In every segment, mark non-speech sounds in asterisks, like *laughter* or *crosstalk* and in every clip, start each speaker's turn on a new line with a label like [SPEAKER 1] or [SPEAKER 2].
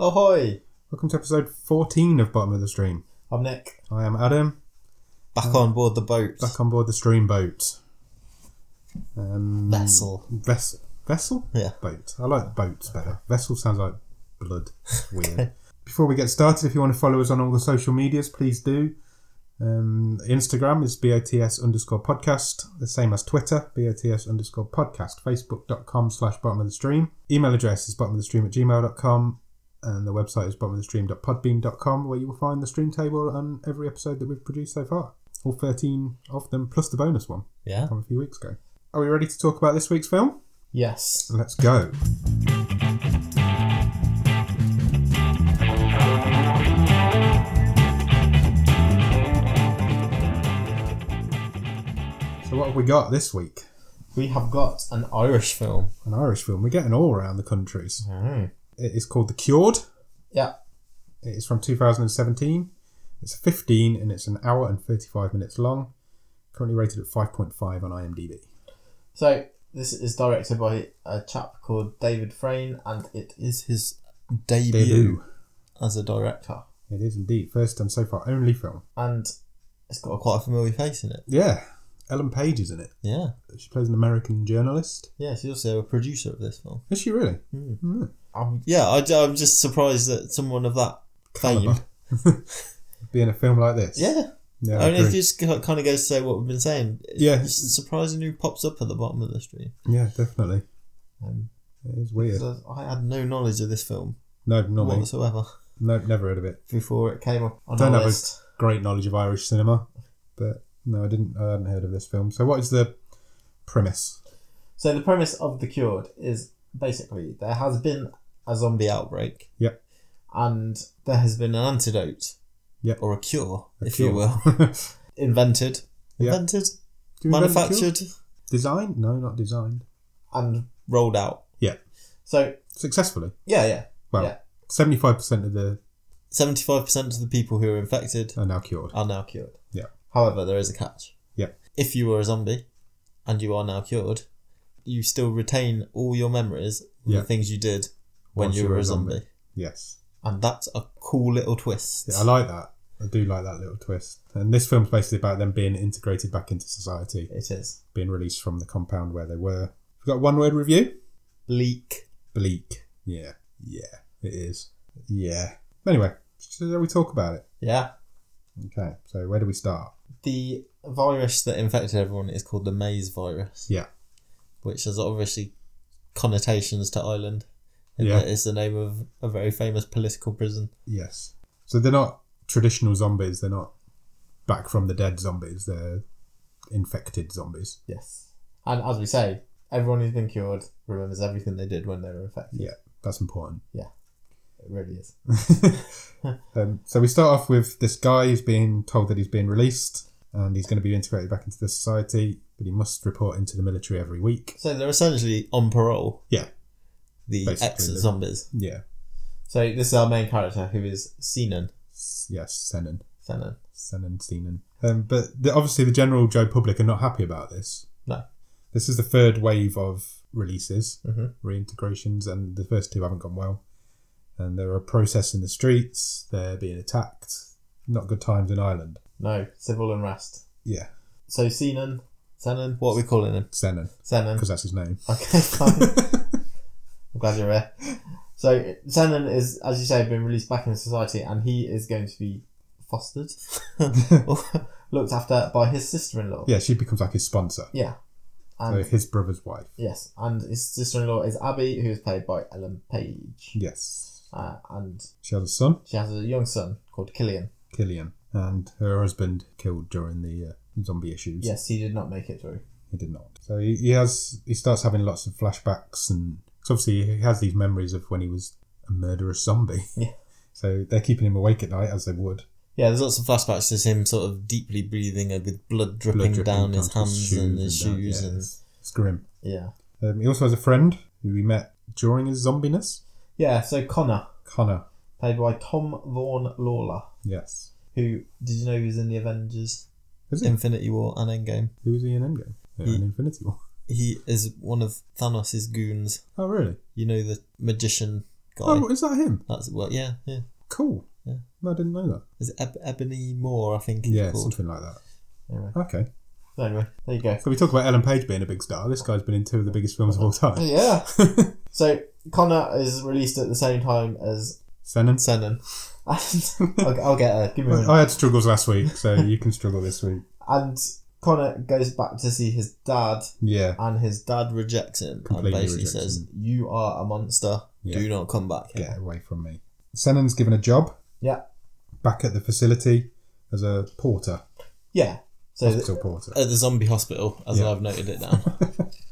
[SPEAKER 1] Ahoy!
[SPEAKER 2] Welcome to episode 14 of Bottom of the Stream.
[SPEAKER 1] I'm Nick.
[SPEAKER 2] I am Adam,
[SPEAKER 1] Back on board the boat.
[SPEAKER 2] back on board the stream boat. Um,
[SPEAKER 1] Vessel.
[SPEAKER 2] Vessel. Vessel?
[SPEAKER 1] Yeah.
[SPEAKER 2] Boat. I like boats better. Vessel sounds like blood. It's Weird. Before we get started, if you want to follow us on all the social medias, please do. Um, Instagram is BOTS underscore podcast, the same as Twitter, BOTS underscore podcast, Facebook.com slash bottom of the stream. Email address is bottom of the stream at gmail.com, and the website is bottom of the stream.podbean.com, where you will find the stream table and every episode that we've produced so far. All 13 of them, plus the bonus one
[SPEAKER 1] Yeah?
[SPEAKER 2] from a few weeks ago. Are we ready to talk about this week's film?
[SPEAKER 1] Yes.
[SPEAKER 2] Let's go. So what have we got this week?
[SPEAKER 1] We have got an Irish film.
[SPEAKER 2] An Irish film. We're getting all around the countries.
[SPEAKER 1] Mm.
[SPEAKER 2] It is called The Cured.
[SPEAKER 1] Yeah.
[SPEAKER 2] It is from 2017. It's 15 and it's an hour and 35 minutes long. Currently rated at 5.5 on IMDb.
[SPEAKER 1] So, this is directed by a chap called David Frayne, and it is his debut,
[SPEAKER 2] Debut.
[SPEAKER 1] as a director.
[SPEAKER 2] It is indeed first and so far only film.
[SPEAKER 1] And it's got a quite a familiar face in it.
[SPEAKER 2] Yeah. Ellen Page is in it.
[SPEAKER 1] Yeah.
[SPEAKER 2] She plays an American journalist.
[SPEAKER 1] Yeah, she's also a producer of this film.
[SPEAKER 2] Is she really?
[SPEAKER 1] Mm.
[SPEAKER 2] Mm.
[SPEAKER 1] Um, yeah, I, am just surprised that someone of that fame.
[SPEAKER 2] Calibre. Be in a film like this.
[SPEAKER 1] Yeah,
[SPEAKER 2] Yeah. I
[SPEAKER 1] I mean, it
[SPEAKER 2] agree.
[SPEAKER 1] just kind of goes to say what we've been saying.
[SPEAKER 2] Yeah.
[SPEAKER 1] It's surprising who pops up at the bottom of the stream.
[SPEAKER 2] yeah, definitely.
[SPEAKER 1] Um,
[SPEAKER 2] It is weird.
[SPEAKER 1] So I had no knowledge of this film
[SPEAKER 2] No, normally.
[SPEAKER 1] whatsoever *laughs*
[SPEAKER 2] No, never heard of it.
[SPEAKER 1] before it came up on
[SPEAKER 2] Don't
[SPEAKER 1] our
[SPEAKER 2] have a-
[SPEAKER 1] list.
[SPEAKER 2] Great knowledge of Irish cinema, but no, I didn't. I hadn't heard of this film. So, what is the premise? *laughs*
[SPEAKER 1] So the premise of The Cured is basically there has been a zombie outbreak.
[SPEAKER 2] Yep.
[SPEAKER 1] And there has been an antidote.
[SPEAKER 2] Yep.
[SPEAKER 1] Or a cure,
[SPEAKER 2] A
[SPEAKER 1] if
[SPEAKER 2] cure.
[SPEAKER 1] you will. Invented.
[SPEAKER 2] Yep.
[SPEAKER 1] Invented.
[SPEAKER 2] Do you invent a cure?
[SPEAKER 1] manufactured.
[SPEAKER 2] Designed? No, not designed.
[SPEAKER 1] And rolled out.
[SPEAKER 2] Yeah.
[SPEAKER 1] So,
[SPEAKER 2] Successfully.
[SPEAKER 1] yeah, yeah.
[SPEAKER 2] Well,
[SPEAKER 1] Yeah.
[SPEAKER 2] seventy-five percent of the
[SPEAKER 1] 75% of the people who are infected
[SPEAKER 2] are now cured.
[SPEAKER 1] are now cured.
[SPEAKER 2] Yeah.
[SPEAKER 1] However, there is a catch.
[SPEAKER 2] Yeah.
[SPEAKER 1] If you were a zombie and you are now cured, you still retain all your memories of
[SPEAKER 2] Yeah.
[SPEAKER 1] the things you did when
[SPEAKER 2] Once
[SPEAKER 1] you were a zombie.
[SPEAKER 2] Yes.
[SPEAKER 1] And that's a cool little twist.
[SPEAKER 2] Yeah, I like that. I do like that little twist. And this film's basically about them being integrated back into society.
[SPEAKER 1] it is.
[SPEAKER 2] being released from the compound where they were. We've got one word review.
[SPEAKER 1] Bleak.
[SPEAKER 2] Bleak. Yeah. Yeah. It is. Yeah. Anyway, shall we talk about it?
[SPEAKER 1] Yeah.
[SPEAKER 2] Okay. So where do we start?
[SPEAKER 1] The virus that infected everyone is called the Maze virus.
[SPEAKER 2] Yeah.
[SPEAKER 1] Which has obviously connotations to Ireland. In
[SPEAKER 2] Yeah.
[SPEAKER 1] that it's the name of a very famous political prison.
[SPEAKER 2] Yes. So they're not traditional zombies. They're not back from the dead zombies. They're infected zombies.
[SPEAKER 1] Yes. And as we say, everyone who's been cured remembers everything they did when they were infected.
[SPEAKER 2] Yeah. That's important.
[SPEAKER 1] It really is.
[SPEAKER 2] um, so we start off with this guy who's being told that he's being released and he's going to be integrated back into the society, but he must report into the military every week.
[SPEAKER 1] So they're essentially on parole.
[SPEAKER 2] Yeah.
[SPEAKER 1] The
[SPEAKER 2] Basically,
[SPEAKER 1] ex
[SPEAKER 2] they're-
[SPEAKER 1] zombies.
[SPEAKER 2] Yeah.
[SPEAKER 1] So this is our main character who is Senan.
[SPEAKER 2] S- Yes. Senon.
[SPEAKER 1] Senan.
[SPEAKER 2] Senan Senan. Um, but the, obviously, the general Joe public are not happy about this.
[SPEAKER 1] No.
[SPEAKER 2] This is the third wave of releases,
[SPEAKER 1] Mhm.
[SPEAKER 2] reintegrations, and the first two haven't gone well. And there are protests in the streets, they're being attacked. Not good times in Ireland.
[SPEAKER 1] No, civil unrest.
[SPEAKER 2] Yeah,
[SPEAKER 1] So Senan. Senan. What are we calling him?
[SPEAKER 2] Senan,
[SPEAKER 1] Senan.
[SPEAKER 2] *laughs* because that's his name.
[SPEAKER 1] Okay, fine. I'm glad you're here. So Senan is, as you say, been released back into society and he is going to be
[SPEAKER 2] *laughs*
[SPEAKER 1] fostered *laughs* or looked after by his sister in law.
[SPEAKER 2] yeah, she becomes like his sponsor.
[SPEAKER 1] Yeah.
[SPEAKER 2] So
[SPEAKER 1] And
[SPEAKER 2] his brother's wife.
[SPEAKER 1] yes, and his sister in law is Abby, who is played by Ellen Page.
[SPEAKER 2] Yes.
[SPEAKER 1] Uh, and
[SPEAKER 2] She has a son,
[SPEAKER 1] she has a young son called Killian.
[SPEAKER 2] Killian, and her husband killed during the uh, zombie issues.
[SPEAKER 1] Yes, he did not make it through.
[SPEAKER 2] He did not. So he, he has he starts having lots of flashbacks and 'cause obviously he has these memories of when he was a murderous zombie.
[SPEAKER 1] Yeah.
[SPEAKER 2] *laughs* So they're keeping him awake at night as they would.
[SPEAKER 1] Yeah, there's lots of flashbacks to him sort of deeply breathing and with blood dripping,
[SPEAKER 2] Blood dripping
[SPEAKER 1] down his
[SPEAKER 2] down to
[SPEAKER 1] hands and his
[SPEAKER 2] down-
[SPEAKER 1] shoes
[SPEAKER 2] yeah,
[SPEAKER 1] and
[SPEAKER 2] it's, it's grim.
[SPEAKER 1] yeah.
[SPEAKER 2] Um, he also has a friend who he met during his zombiness,
[SPEAKER 1] Yeah, so Connor,
[SPEAKER 2] Connor.
[SPEAKER 1] played by Tom Vaughan Lawler,
[SPEAKER 2] Yes.
[SPEAKER 1] who did you know he was in the Avengers
[SPEAKER 2] Is he?
[SPEAKER 1] Infinity War and Endgame?
[SPEAKER 2] Who is he in Endgame? Yeah,
[SPEAKER 1] He-
[SPEAKER 2] in Infinity War. *laughs*
[SPEAKER 1] He is one of Thanos' goons.
[SPEAKER 2] Oh really?
[SPEAKER 1] You know the magician guy.
[SPEAKER 2] Oh, is that him?
[SPEAKER 1] That's what. Yeah, yeah.
[SPEAKER 2] Cool.
[SPEAKER 1] Yeah.
[SPEAKER 2] No, I didn't know that.
[SPEAKER 1] Is it Eb- Ebony Moore? I think. he's
[SPEAKER 2] Yeah,
[SPEAKER 1] Called.
[SPEAKER 2] something like that.
[SPEAKER 1] Anyway.
[SPEAKER 2] Okay.
[SPEAKER 1] So anyway, there you go.
[SPEAKER 2] So we talk about Ellen Page being a big star. This guy's been in two of the biggest films of all time. *laughs*
[SPEAKER 1] Yeah. so Connor is released at the same time as
[SPEAKER 2] Senan.
[SPEAKER 1] Senan. *laughs* I'll, I'll get her. Give me a minute.
[SPEAKER 2] I had struggles last
[SPEAKER 1] *laughs*
[SPEAKER 2] week, so you can struggle this week.
[SPEAKER 1] And Connor goes back to see his dad,
[SPEAKER 2] Yeah.
[SPEAKER 1] and his dad rejects him
[SPEAKER 2] Completely
[SPEAKER 1] and basically
[SPEAKER 2] rejects
[SPEAKER 1] says, "You are a monster.
[SPEAKER 2] Yeah.
[SPEAKER 1] Do not come back." here."
[SPEAKER 2] Get away from me. Senan's given a job.
[SPEAKER 1] Yeah.
[SPEAKER 2] Back at the facility as a porter,
[SPEAKER 1] Yeah. So th-
[SPEAKER 2] hospital porter.
[SPEAKER 1] at the zombie hospital, as
[SPEAKER 2] Yeah.
[SPEAKER 1] I've noted it
[SPEAKER 2] *laughs*
[SPEAKER 1] down.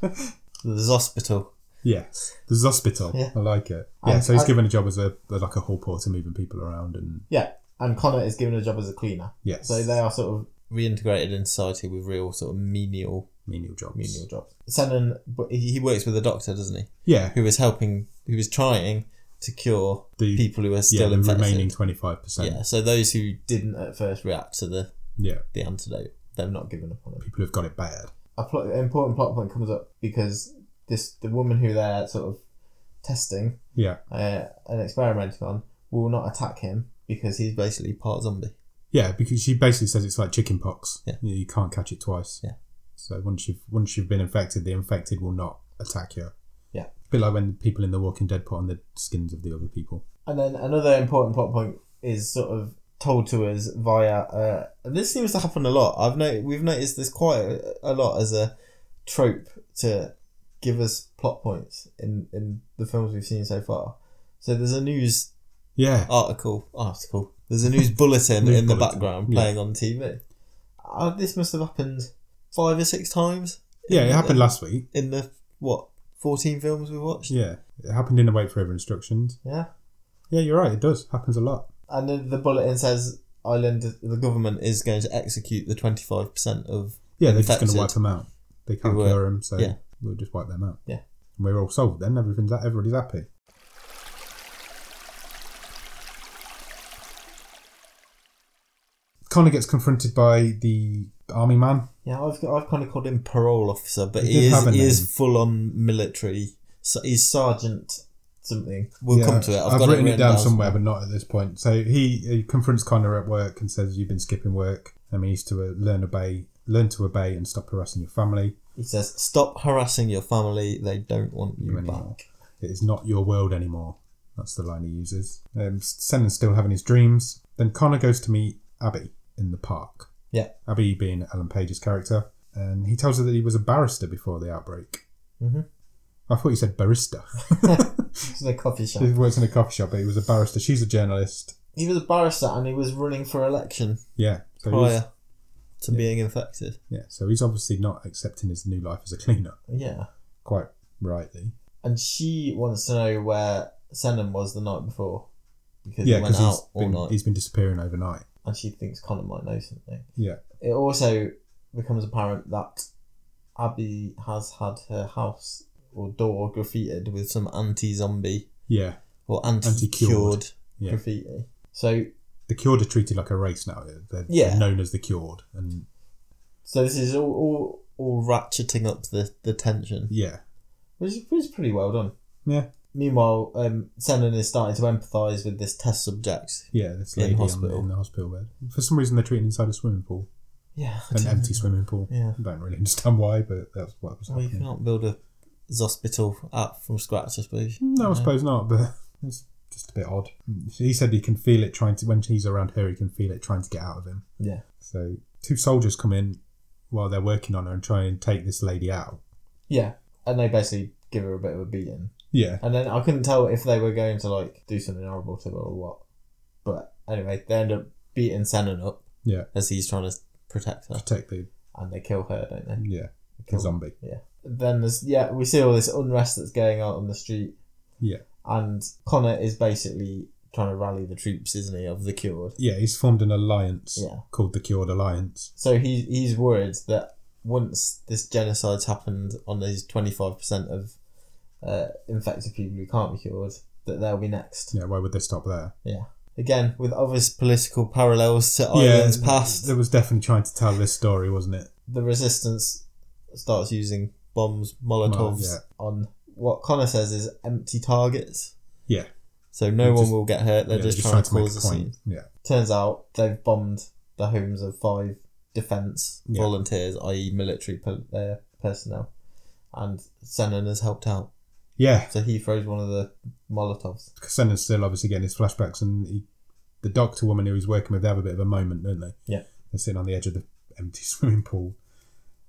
[SPEAKER 1] the hospital.
[SPEAKER 2] Yes, the hospital.
[SPEAKER 1] Yeah.
[SPEAKER 2] I like it. Yeah,
[SPEAKER 1] And
[SPEAKER 2] so he's
[SPEAKER 1] I-
[SPEAKER 2] given a job as a as like a hall porter, moving people around, and
[SPEAKER 1] Yeah. And Connor is given a job as a cleaner.
[SPEAKER 2] yes,
[SPEAKER 1] So they are sort of reintegrated in society with real sort of menial
[SPEAKER 2] menial jobs.
[SPEAKER 1] menial jobs. Senan, but he he works with a doctor, doesn't he?
[SPEAKER 2] Yeah,
[SPEAKER 1] Who is helping? Who is trying to cure
[SPEAKER 2] the
[SPEAKER 1] people who are
[SPEAKER 2] yeah
[SPEAKER 1] still
[SPEAKER 2] the
[SPEAKER 1] infected?
[SPEAKER 2] remaining twenty five percent.
[SPEAKER 1] Yeah, so those who didn't at first react to the,
[SPEAKER 2] Yeah,
[SPEAKER 1] the antidote, they've not given up on it.
[SPEAKER 2] people who've got it bad.
[SPEAKER 1] A plot, an important plot point comes up because this the woman who they're sort of testing
[SPEAKER 2] Yeah,
[SPEAKER 1] uh, and experimenting on will not attack him because he's basically part zombie.
[SPEAKER 2] yeah, because she basically says it's like chicken pox.
[SPEAKER 1] Yeah.
[SPEAKER 2] you, you can't catch it twice.
[SPEAKER 1] Yeah.
[SPEAKER 2] so once you've once you've been infected, the infected will not attack you.
[SPEAKER 1] Yeah.
[SPEAKER 2] a bit like when people in The Walking Dead put on the skins of the other people.
[SPEAKER 1] And then another important plot point is sort of told to us via. Uh, this seems to happen a lot. I've no, we've noticed this quite a, a lot as a trope to give us plot points in in the films we've seen so far. So there's a news
[SPEAKER 2] Yeah,
[SPEAKER 1] Oh, article article. There's a news bulletin
[SPEAKER 2] News
[SPEAKER 1] in the
[SPEAKER 2] bulletin,
[SPEAKER 1] background
[SPEAKER 2] yeah.
[SPEAKER 1] playing on TV. Uh, this must have happened five or six times. in
[SPEAKER 2] yeah, it
[SPEAKER 1] the-
[SPEAKER 2] happened last week.
[SPEAKER 1] in the what fourteen films we watched.
[SPEAKER 2] Yeah, it happened in the Wait Forever instructions.
[SPEAKER 1] yeah.
[SPEAKER 2] Yeah, you're right. It does happens a lot.
[SPEAKER 1] And then the bulletin says Ireland, the government is going to execute the 25% of.
[SPEAKER 2] Yeah, they're just going to
[SPEAKER 1] infected.
[SPEAKER 2] wipe them out. They can't
[SPEAKER 1] Who
[SPEAKER 2] cure
[SPEAKER 1] were-
[SPEAKER 2] 'em, cure them, so
[SPEAKER 1] yeah.
[SPEAKER 2] we'll just wipe them out.
[SPEAKER 1] Yeah.
[SPEAKER 2] and we're all solved. Then everything's everybody's happy. Connor gets confronted by the army man.
[SPEAKER 1] Yeah, I've, I've kind of called him parole officer, but he,
[SPEAKER 2] He did
[SPEAKER 1] is
[SPEAKER 2] have a
[SPEAKER 1] he
[SPEAKER 2] name.
[SPEAKER 1] is full on military. So he's sergeant something. We'll
[SPEAKER 2] Yeah,
[SPEAKER 1] come to it. I've,
[SPEAKER 2] I've
[SPEAKER 1] got
[SPEAKER 2] written it, down
[SPEAKER 1] somewhere.
[SPEAKER 2] somewhere, but not at this point. So he, he confronts Connor at work and says, "You've been skipping work. I mean, he's to uh, learn obey, learn to obey, and stop harassing your family.
[SPEAKER 1] He says, "Stop harassing your family. They don't want you
[SPEAKER 2] Anymore.
[SPEAKER 1] back."
[SPEAKER 2] It is not your world anymore. That's the line he uses. Um, Senan's still having his dreams. Then Connor goes to meet Abby in the park.
[SPEAKER 1] Yeah.
[SPEAKER 2] Abby being Alan Page's character. And he tells her that he was a barrister before the outbreak.
[SPEAKER 1] Mhm.
[SPEAKER 2] I thought you
[SPEAKER 1] *laughs*
[SPEAKER 2] said barista.
[SPEAKER 1] It's in a coffee shop.
[SPEAKER 2] he works in a coffee shop, but he was a barrister. She's a journalist.
[SPEAKER 1] He was a barrister and he was running for election
[SPEAKER 2] Yeah. So he's,
[SPEAKER 1] prior to being infected.
[SPEAKER 2] yeah. So he's obviously not accepting his new life as a cleaner,
[SPEAKER 1] Yeah,
[SPEAKER 2] quite rightly.
[SPEAKER 1] and she wants to know where Senan was the night before because
[SPEAKER 2] Yeah,
[SPEAKER 1] he went
[SPEAKER 2] because
[SPEAKER 1] out
[SPEAKER 2] he's
[SPEAKER 1] all
[SPEAKER 2] been,
[SPEAKER 1] night.
[SPEAKER 2] he's been disappearing overnight.
[SPEAKER 1] and she thinks Connor might know something.
[SPEAKER 2] Yeah.
[SPEAKER 1] It also becomes apparent that Abby has had her house or door graffitied with some anti zombie
[SPEAKER 2] Yeah.
[SPEAKER 1] or anti cured
[SPEAKER 2] Anti-cured, yeah.
[SPEAKER 1] graffiti. So
[SPEAKER 2] The cured are treated like a race now. They're, they're
[SPEAKER 1] Yeah.
[SPEAKER 2] known as the cured. And
[SPEAKER 1] so this is all all, all ratcheting up the, the tension,
[SPEAKER 2] yeah.
[SPEAKER 1] which is, which is pretty well done.
[SPEAKER 2] Yeah.
[SPEAKER 1] Meanwhile, um, Senan is starting to empathise with this test subject.
[SPEAKER 2] Yeah, this
[SPEAKER 1] In
[SPEAKER 2] lady on the-
[SPEAKER 1] hospital.
[SPEAKER 2] in the hospital bed. For some reason, they're treated inside a swimming pool,
[SPEAKER 1] Yeah. I
[SPEAKER 2] an
[SPEAKER 1] don't
[SPEAKER 2] empty
[SPEAKER 1] know.
[SPEAKER 2] swimming pool.
[SPEAKER 1] Yeah.
[SPEAKER 2] I don't really understand why, but that's what was
[SPEAKER 1] Well, you
[SPEAKER 2] happening.
[SPEAKER 1] can't build a hospital out from scratch, I suppose.
[SPEAKER 2] No, I
[SPEAKER 1] Yeah.
[SPEAKER 2] suppose not, but *laughs* it's just a bit odd. He said he can feel it trying to when he's around her. He can feel it trying to get out of him.
[SPEAKER 1] Yeah.
[SPEAKER 2] So two soldiers come in while they're working on her and try and take this lady out.
[SPEAKER 1] Yeah. And they basically give her a bit of a beating.
[SPEAKER 2] Yeah,
[SPEAKER 1] And then I couldn't tell if they were going to like do something horrible to her or what. But anyway, they end up beating Senon up
[SPEAKER 2] yeah.
[SPEAKER 1] as he's trying to protect her,
[SPEAKER 2] Protect the
[SPEAKER 1] and they kill her, don't they?
[SPEAKER 2] yeah
[SPEAKER 1] They
[SPEAKER 2] the
[SPEAKER 1] kill-
[SPEAKER 2] zombie.
[SPEAKER 1] Then there's yeah, we see all this unrest that's going on on the street.
[SPEAKER 2] Yeah.
[SPEAKER 1] And Connor is basically trying to rally the troops, isn't he, of the cured?
[SPEAKER 2] Yeah, he's formed an alliance
[SPEAKER 1] Yeah.
[SPEAKER 2] called the Cured Alliance.
[SPEAKER 1] So he he's worried that once this genocide's happened on these twenty five percent of uh, infected people who can't be cured, that they'll be next.
[SPEAKER 2] Yeah, why would they stop there?
[SPEAKER 1] Again, with obvious political parallels to
[SPEAKER 2] yeah,
[SPEAKER 1] Ireland's past,
[SPEAKER 2] There was definitely trying to tell this story, wasn't it?
[SPEAKER 1] the resistance starts using bombs, Molotovs
[SPEAKER 2] Well, yeah.
[SPEAKER 1] on what Connor says is empty targets.
[SPEAKER 2] Yeah.
[SPEAKER 1] So no
[SPEAKER 2] They're
[SPEAKER 1] one
[SPEAKER 2] just-
[SPEAKER 1] will get hurt. They're
[SPEAKER 2] Yeah,
[SPEAKER 1] just,
[SPEAKER 2] they're
[SPEAKER 1] trying,
[SPEAKER 2] make
[SPEAKER 1] to cause a scene.
[SPEAKER 2] Yeah,
[SPEAKER 1] Turns out they've bombed the homes of five defence
[SPEAKER 2] Yeah.
[SPEAKER 1] volunteers, i.e., military po- uh, personnel, and Senon has helped out.
[SPEAKER 2] yeah.
[SPEAKER 1] So he throws one of the Molotovs.
[SPEAKER 2] Sennon's still obviously getting his flashbacks, and he, the doctor woman who he's working with, they have a bit of a moment, don't they?
[SPEAKER 1] Yeah.
[SPEAKER 2] They're sitting on the edge of the empty *laughs* swimming pool,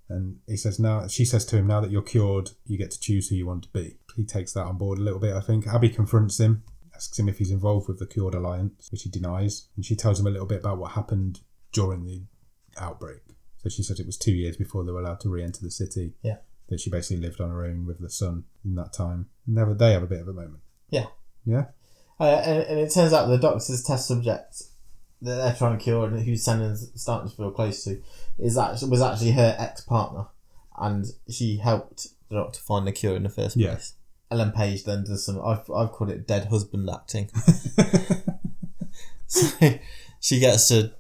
[SPEAKER 2] and he says, "Now," she says to him, "Now that you're cured, you get to choose who you want to be." He takes that on board a little bit, I think. Abby confronts him, asks him if he's involved with the Cured Alliance, which he denies, and she tells him a little bit about what happened during the outbreak. So she says it was two years before they were allowed to re-enter the city.
[SPEAKER 1] Yeah.
[SPEAKER 2] That she basically lived on her own with the son in that time. And they have a- they have a bit of a moment.
[SPEAKER 1] Uh, and, and it turns out the doctor's test subject that they're trying to cure and who Senon's starting to feel close to is actually was actually her ex partner, and she helped the doctor find the cure in the first
[SPEAKER 2] Yeah.
[SPEAKER 1] place. Ellen Page then does some. I've I've called it dead husband
[SPEAKER 2] *laughs*
[SPEAKER 1] acting. *laughs* so she gets to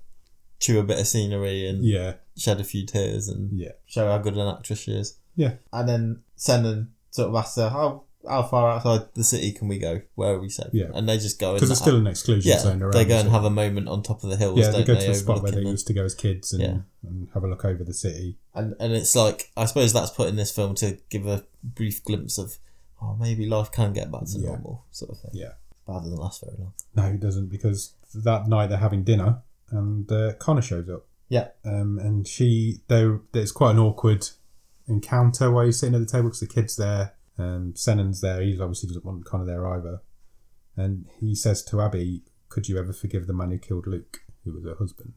[SPEAKER 1] chew a bit of scenery and
[SPEAKER 2] Yeah,
[SPEAKER 1] shed a few tears and
[SPEAKER 2] Yeah.
[SPEAKER 1] show how good an actress she is.
[SPEAKER 2] Yeah.
[SPEAKER 1] And then Senon sort of asks her how how far outside the city can we go? Where are we safe?
[SPEAKER 2] Yeah.
[SPEAKER 1] And they just go
[SPEAKER 2] because
[SPEAKER 1] and
[SPEAKER 2] it's still an exclusion
[SPEAKER 1] yeah,
[SPEAKER 2] zone around.
[SPEAKER 1] they go and
[SPEAKER 2] so-
[SPEAKER 1] have a moment on top of the hills.
[SPEAKER 2] yeah, they
[SPEAKER 1] don't
[SPEAKER 2] go to the
[SPEAKER 1] they,
[SPEAKER 2] spot where they
[SPEAKER 1] overlooking them?
[SPEAKER 2] used to go as kids and,
[SPEAKER 1] Yeah.
[SPEAKER 2] and have a look over the city.
[SPEAKER 1] and and it's like I suppose that's put in this film to give a brief glimpse of oh maybe life can get back to
[SPEAKER 2] Yeah.
[SPEAKER 1] normal sort of thing.
[SPEAKER 2] Yeah.
[SPEAKER 1] but that doesn't last very long.
[SPEAKER 2] No, it doesn't because that night they're having dinner and uh, Connor shows up.
[SPEAKER 1] Yeah.
[SPEAKER 2] um, and she though there's quite an awkward encounter where he's sitting at the table because the kid's there. Um, Senon's there. He obviously doesn't want Connor there either. And he says to Abby, "Could you ever forgive the man who killed Luke, who was her husband?"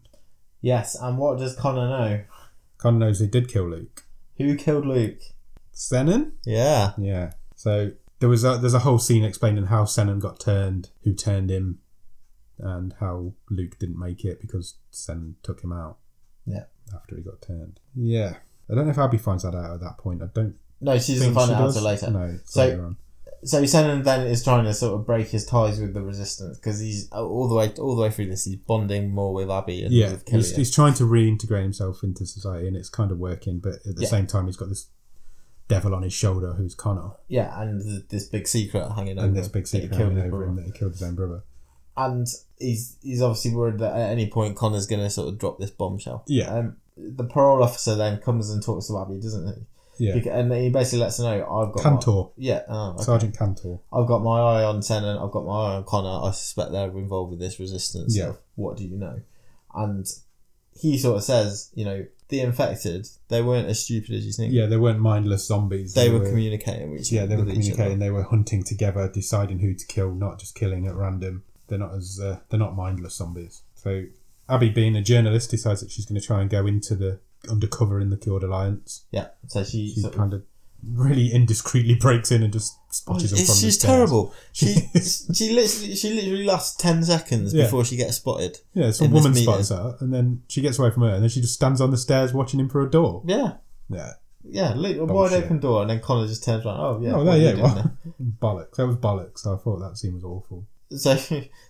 [SPEAKER 1] Yes, and what does Connor know?
[SPEAKER 2] Connor knows who did kill Luke.
[SPEAKER 1] Who killed Luke?
[SPEAKER 2] Senon.
[SPEAKER 1] Yeah,
[SPEAKER 2] Yeah. So there was a there's a whole scene explaining how Senon got turned, who turned him, and how Luke didn't make it because Senon took him out.
[SPEAKER 1] Yeah.
[SPEAKER 2] After he got turned. Yeah. I don't know if Abby finds that out at that point. I don't
[SPEAKER 1] no, she doesn't
[SPEAKER 2] think
[SPEAKER 1] find
[SPEAKER 2] she
[SPEAKER 1] it out
[SPEAKER 2] does.
[SPEAKER 1] till later.
[SPEAKER 2] No. it's
[SPEAKER 1] So-
[SPEAKER 2] later on.
[SPEAKER 1] So Senon then is trying to sort of break his ties with the resistance because he's all the way all the way through this. He's bonding more with Abby and
[SPEAKER 2] yeah,
[SPEAKER 1] with
[SPEAKER 2] he's,
[SPEAKER 1] Killian.
[SPEAKER 2] he's trying to reintegrate himself into society, and it's kind of working. But at the
[SPEAKER 1] Yeah.
[SPEAKER 2] same time, he's got this devil on his shoulder, who's Connor,
[SPEAKER 1] yeah, and th- this big secret hanging over
[SPEAKER 2] and this
[SPEAKER 1] him
[SPEAKER 2] big
[SPEAKER 1] that he
[SPEAKER 2] secret
[SPEAKER 1] killed
[SPEAKER 2] hanging
[SPEAKER 1] his
[SPEAKER 2] over
[SPEAKER 1] brother.
[SPEAKER 2] him that he killed his own brother.
[SPEAKER 1] and he's he's obviously worried that at any point Connor's going to sort of drop this bombshell.
[SPEAKER 2] Yeah.
[SPEAKER 1] Um, the parole officer then comes and talks to Abby, doesn't he?
[SPEAKER 2] Yeah,
[SPEAKER 1] Beca- And he basically lets her know I've got
[SPEAKER 2] Cantor,
[SPEAKER 1] My, yeah, oh, okay.
[SPEAKER 2] Sergeant Cantor.
[SPEAKER 1] I've got my eye on Tennant. I've got my eye on Connor. I suspect they're involved with this resistance.
[SPEAKER 2] Yeah.
[SPEAKER 1] stuff. What do you know? And he sort of says, you know, the infected, they weren't as stupid as you think.
[SPEAKER 2] Yeah, they weren't mindless zombies.
[SPEAKER 1] They were communicating with each
[SPEAKER 2] Yeah, they were
[SPEAKER 1] with each other.
[SPEAKER 2] communicating. They were hunting together, deciding who to kill, not just killing at random. They're not as uh, they're not mindless zombies. So Abby, being a journalist, decides that she's going to try and go into the undercover in the Cured Alliance.
[SPEAKER 1] Yeah. So she,
[SPEAKER 2] She
[SPEAKER 1] sort of-
[SPEAKER 2] kind of really indiscreetly *laughs* breaks in and just
[SPEAKER 1] Oh,
[SPEAKER 2] spotches them
[SPEAKER 1] it's-
[SPEAKER 2] from the
[SPEAKER 1] she's
[SPEAKER 2] stairs.
[SPEAKER 1] terrible.
[SPEAKER 2] *laughs*
[SPEAKER 1] She she literally she literally lasts ten seconds
[SPEAKER 2] Yeah.
[SPEAKER 1] before she gets spotted.
[SPEAKER 2] Yeah, some
[SPEAKER 1] in this
[SPEAKER 2] woman
[SPEAKER 1] meeting.
[SPEAKER 2] spots her, and then she gets away from her, and then she just stands on the stairs watching him through a door.
[SPEAKER 1] Yeah,
[SPEAKER 2] Yeah,
[SPEAKER 1] yeah, li- a wide
[SPEAKER 2] Bullshit.
[SPEAKER 1] open door, and then Connor just turns around. Oh yeah,
[SPEAKER 2] Oh,
[SPEAKER 1] what
[SPEAKER 2] no,
[SPEAKER 1] are you
[SPEAKER 2] yeah,
[SPEAKER 1] doing
[SPEAKER 2] well-
[SPEAKER 1] there? *laughs*
[SPEAKER 2] bollocks. That was bollocks. I thought that scene was awful.
[SPEAKER 1] So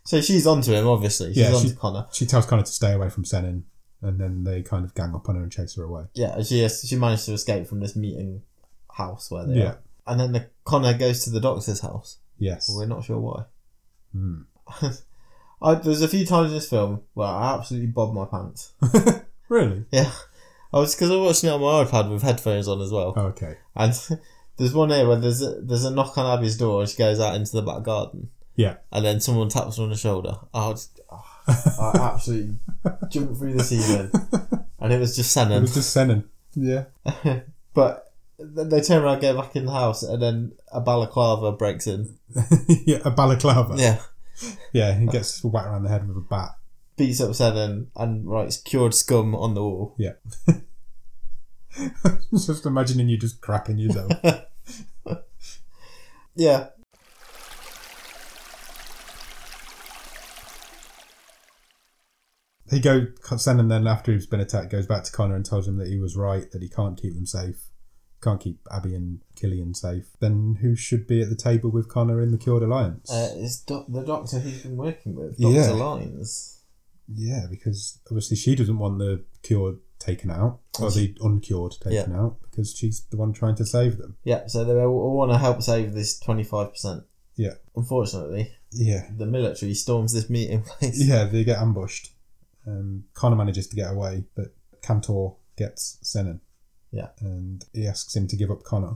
[SPEAKER 1] so she's onto him obviously. She's
[SPEAKER 2] Yeah,
[SPEAKER 1] onto
[SPEAKER 2] she-
[SPEAKER 1] Connor.
[SPEAKER 2] She tells Connor to stay away from Senin, and then they kind of gang up on her and chase her away.
[SPEAKER 1] Yeah, she has, she managed to escape from this meeting house where they
[SPEAKER 2] Yeah.
[SPEAKER 1] are, and then the Connor goes to the doctor's house.
[SPEAKER 2] Yes.
[SPEAKER 1] Well, we're not sure why.
[SPEAKER 2] Hmm.
[SPEAKER 1] I, there's a few times in this film where I absolutely bobbed my pants. *laughs*
[SPEAKER 2] Really?
[SPEAKER 1] I was because I was watching it on my iPad with headphones on as well.
[SPEAKER 2] Okay.
[SPEAKER 1] And *laughs* there's one here where there's a, there's a knock on Abby's door and she goes out into the back garden.
[SPEAKER 2] Yeah.
[SPEAKER 1] And then someone taps her on the shoulder. I, was, oh,
[SPEAKER 2] *laughs*
[SPEAKER 1] I absolutely jumped through the ceiling. And it was just
[SPEAKER 2] It
[SPEAKER 1] Shannon.
[SPEAKER 2] was just Senon. Yeah. *laughs*
[SPEAKER 1] but th- they turn around, go back in the house, and then a balaclava breaks in.
[SPEAKER 2] yeah, a balaclava.
[SPEAKER 1] Yeah.
[SPEAKER 2] Yeah, he gets whacked around the head with a bat. *laughs*
[SPEAKER 1] Beats up Shannon and writes cured scum on the wall.
[SPEAKER 2] just imagining you just crapping
[SPEAKER 1] *laughs*
[SPEAKER 2] yourself.
[SPEAKER 1] Yeah.
[SPEAKER 2] he go Senon then after he's been attacked goes back to Connor and tells him that he was right, that he can't keep them safe. Can't keep Abby and Killian safe. Then who should be at the table with Connor in the Cured Alliance?
[SPEAKER 1] Uh, it's doc- the doctor he's been working with, Dr.
[SPEAKER 2] Yeah.
[SPEAKER 1] Lines.
[SPEAKER 2] yeah, because obviously she doesn't want the cured taken out, or the uncured taken out, because she's the one trying to save them.
[SPEAKER 1] Yeah, so they all, all want to help save this 25%.
[SPEAKER 2] Yeah.
[SPEAKER 1] Unfortunately,
[SPEAKER 2] Yeah.
[SPEAKER 1] the military storms this meeting *laughs* place.
[SPEAKER 2] Yeah, they get ambushed. Um, Connor manages to get away, but Cantor gets Senon.
[SPEAKER 1] Yeah.
[SPEAKER 2] And he asks him to give up Connor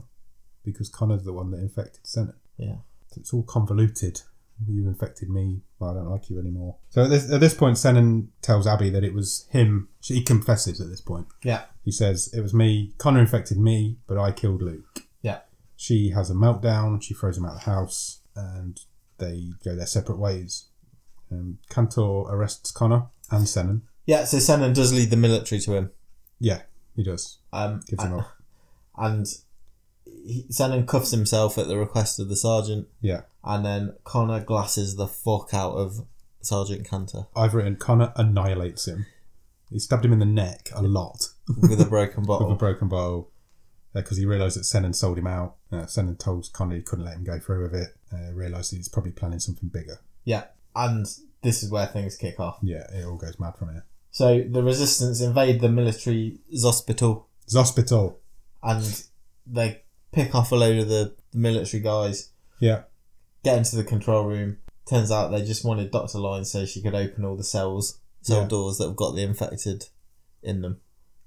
[SPEAKER 2] because Connor's the one that infected Senon.
[SPEAKER 1] Yeah.
[SPEAKER 2] So it's all convoluted. You infected me, but I don't like you anymore. So at this, at this point, Senon tells Abby that it was him. She, he confesses at this point.
[SPEAKER 1] Yeah.
[SPEAKER 2] He says, It was me. Connor infected me, but I killed Luke.
[SPEAKER 1] Yeah.
[SPEAKER 2] She has a meltdown. She throws him out of the house and they go their separate ways. Um, Cantor arrests Connor and Senon.
[SPEAKER 1] Yeah, so Senon does lead the military to him.
[SPEAKER 2] Yeah, he does.
[SPEAKER 1] Um,
[SPEAKER 2] Gives him
[SPEAKER 1] and,
[SPEAKER 2] up.
[SPEAKER 1] and he, Senon cuffs himself at the request of the sergeant,
[SPEAKER 2] Yeah.
[SPEAKER 1] and then Connor glasses the fuck out of Sergeant Cantor
[SPEAKER 2] I've written Connor annihilates him. He stabbed him in the neck a lot.
[SPEAKER 1] with a broken
[SPEAKER 2] with a *laughs*
[SPEAKER 1] bottle.
[SPEAKER 2] broken bowl because he realised that Senon sold him out. Uh, Senon told Connor he couldn't let him go through with it. Uh, realised he's probably planning something bigger.
[SPEAKER 1] yeah, and this is where things kick off.
[SPEAKER 2] Yeah, it all goes mad from here.
[SPEAKER 1] So the resistance invade the military's hospital,
[SPEAKER 2] Zospital.
[SPEAKER 1] and they pick off a load of the, the military guys,
[SPEAKER 2] Yeah,
[SPEAKER 1] get into the control room. Turns out they just wanted Dr. Lyne so she could open all the cells, cell
[SPEAKER 2] Yeah.
[SPEAKER 1] doors that have got the infected in them,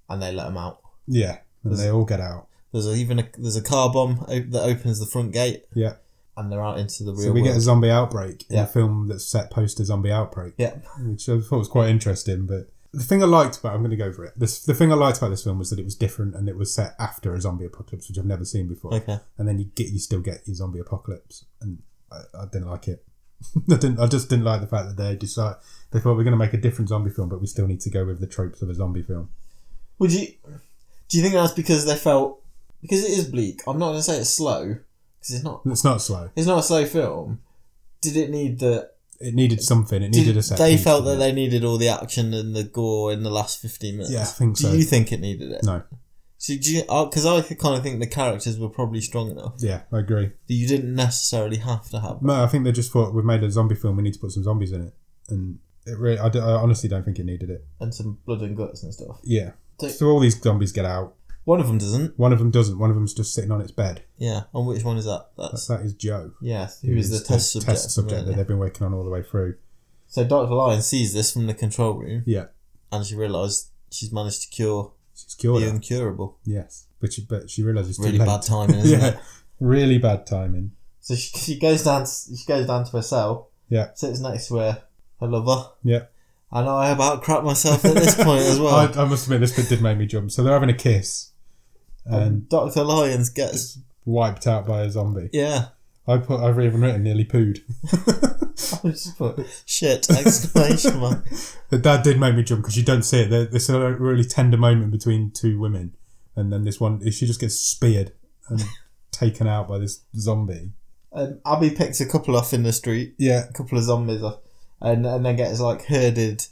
[SPEAKER 1] and they let them out.
[SPEAKER 2] yeah. And they all get out.
[SPEAKER 1] There's a, even a there's a car bomb op- that opens the front gate.
[SPEAKER 2] Yeah.
[SPEAKER 1] and they're out into the real
[SPEAKER 2] So we
[SPEAKER 1] world.
[SPEAKER 2] get a zombie outbreak in
[SPEAKER 1] Yeah.
[SPEAKER 2] a film that's set post a zombie outbreak,
[SPEAKER 1] yeah,
[SPEAKER 2] which I thought was quite interesting. But the thing I liked about I'm going to go for it. This, the thing I liked about this film was that it was different and it was set after a zombie apocalypse, which I've never seen before.
[SPEAKER 1] okay.
[SPEAKER 2] and then you get you still get your zombie apocalypse and I, I didn't like it *laughs* I didn't I just didn't like the fact that they decide they thought we're going to make a different zombie film but we still need to go with the tropes of a zombie film
[SPEAKER 1] Would you do you think that's because they felt because it is bleak? I'm not gonna say it's slow because it's not.
[SPEAKER 2] it's not slow
[SPEAKER 1] It's not a slow film. Did it need the?
[SPEAKER 2] it needed something it
[SPEAKER 1] Did,
[SPEAKER 2] needed a set
[SPEAKER 1] they
[SPEAKER 2] piece,
[SPEAKER 1] felt that
[SPEAKER 2] didn't
[SPEAKER 1] they needed all the action and the gore in the last 15 minutes.
[SPEAKER 2] Yeah, I think so.
[SPEAKER 1] Do you think it needed it?
[SPEAKER 2] it? no
[SPEAKER 1] So do you? Because I kind of think the characters were probably strong enough
[SPEAKER 2] yeah I agree
[SPEAKER 1] that you didn't necessarily have to have.
[SPEAKER 2] no I think they just thought we've made a zombie film we need to put some zombies in it and it really I, d- I honestly don't think it needed it
[SPEAKER 1] And some blood and guts and stuff.
[SPEAKER 2] yeah
[SPEAKER 1] So-
[SPEAKER 2] so all these zombies get out
[SPEAKER 1] One of them doesn't.
[SPEAKER 2] one of them doesn't one of them's just sitting on its bed
[SPEAKER 1] Yeah. And which one is that? That's
[SPEAKER 2] that's that Uh, is Joe
[SPEAKER 1] Yes, who is the
[SPEAKER 2] Who's
[SPEAKER 1] test subject?
[SPEAKER 2] test subject that
[SPEAKER 1] really.
[SPEAKER 2] they've been working on all the way through
[SPEAKER 1] So Dr. Lyon sees this from the control room
[SPEAKER 2] yeah
[SPEAKER 1] and she realised she's managed to cure
[SPEAKER 2] she's cured
[SPEAKER 1] the
[SPEAKER 2] her.
[SPEAKER 1] incurable.
[SPEAKER 2] Yes, but she, but she realizes
[SPEAKER 1] Really
[SPEAKER 2] too late.
[SPEAKER 1] bad timing,
[SPEAKER 2] *laughs*
[SPEAKER 1] isn't
[SPEAKER 2] yeah,
[SPEAKER 1] it?
[SPEAKER 2] really bad timing.
[SPEAKER 1] So she, she goes down to, she goes down to her cell,
[SPEAKER 2] Yeah,
[SPEAKER 1] sits next to her, her lover.
[SPEAKER 2] yeah.
[SPEAKER 1] And I about crap myself at this point
[SPEAKER 2] *laughs*
[SPEAKER 1] as well.
[SPEAKER 2] I, I must admit, this bit did make me jump. So they're having a kiss, and
[SPEAKER 1] and Dr. Lyons gets
[SPEAKER 2] wiped out by a zombie.
[SPEAKER 1] yeah.
[SPEAKER 2] I put, I've even written nearly pooed.
[SPEAKER 1] I just put shit exclamation *laughs* mark.
[SPEAKER 2] But that did make me jump because you don't see it. There- There's a really tender moment between two women, and then this one, she just gets speared *laughs* and taken out by this zombie.
[SPEAKER 1] Um, Abby picks a couple off in the street,
[SPEAKER 2] Yeah,
[SPEAKER 1] a couple of zombies off, and and then gets like herded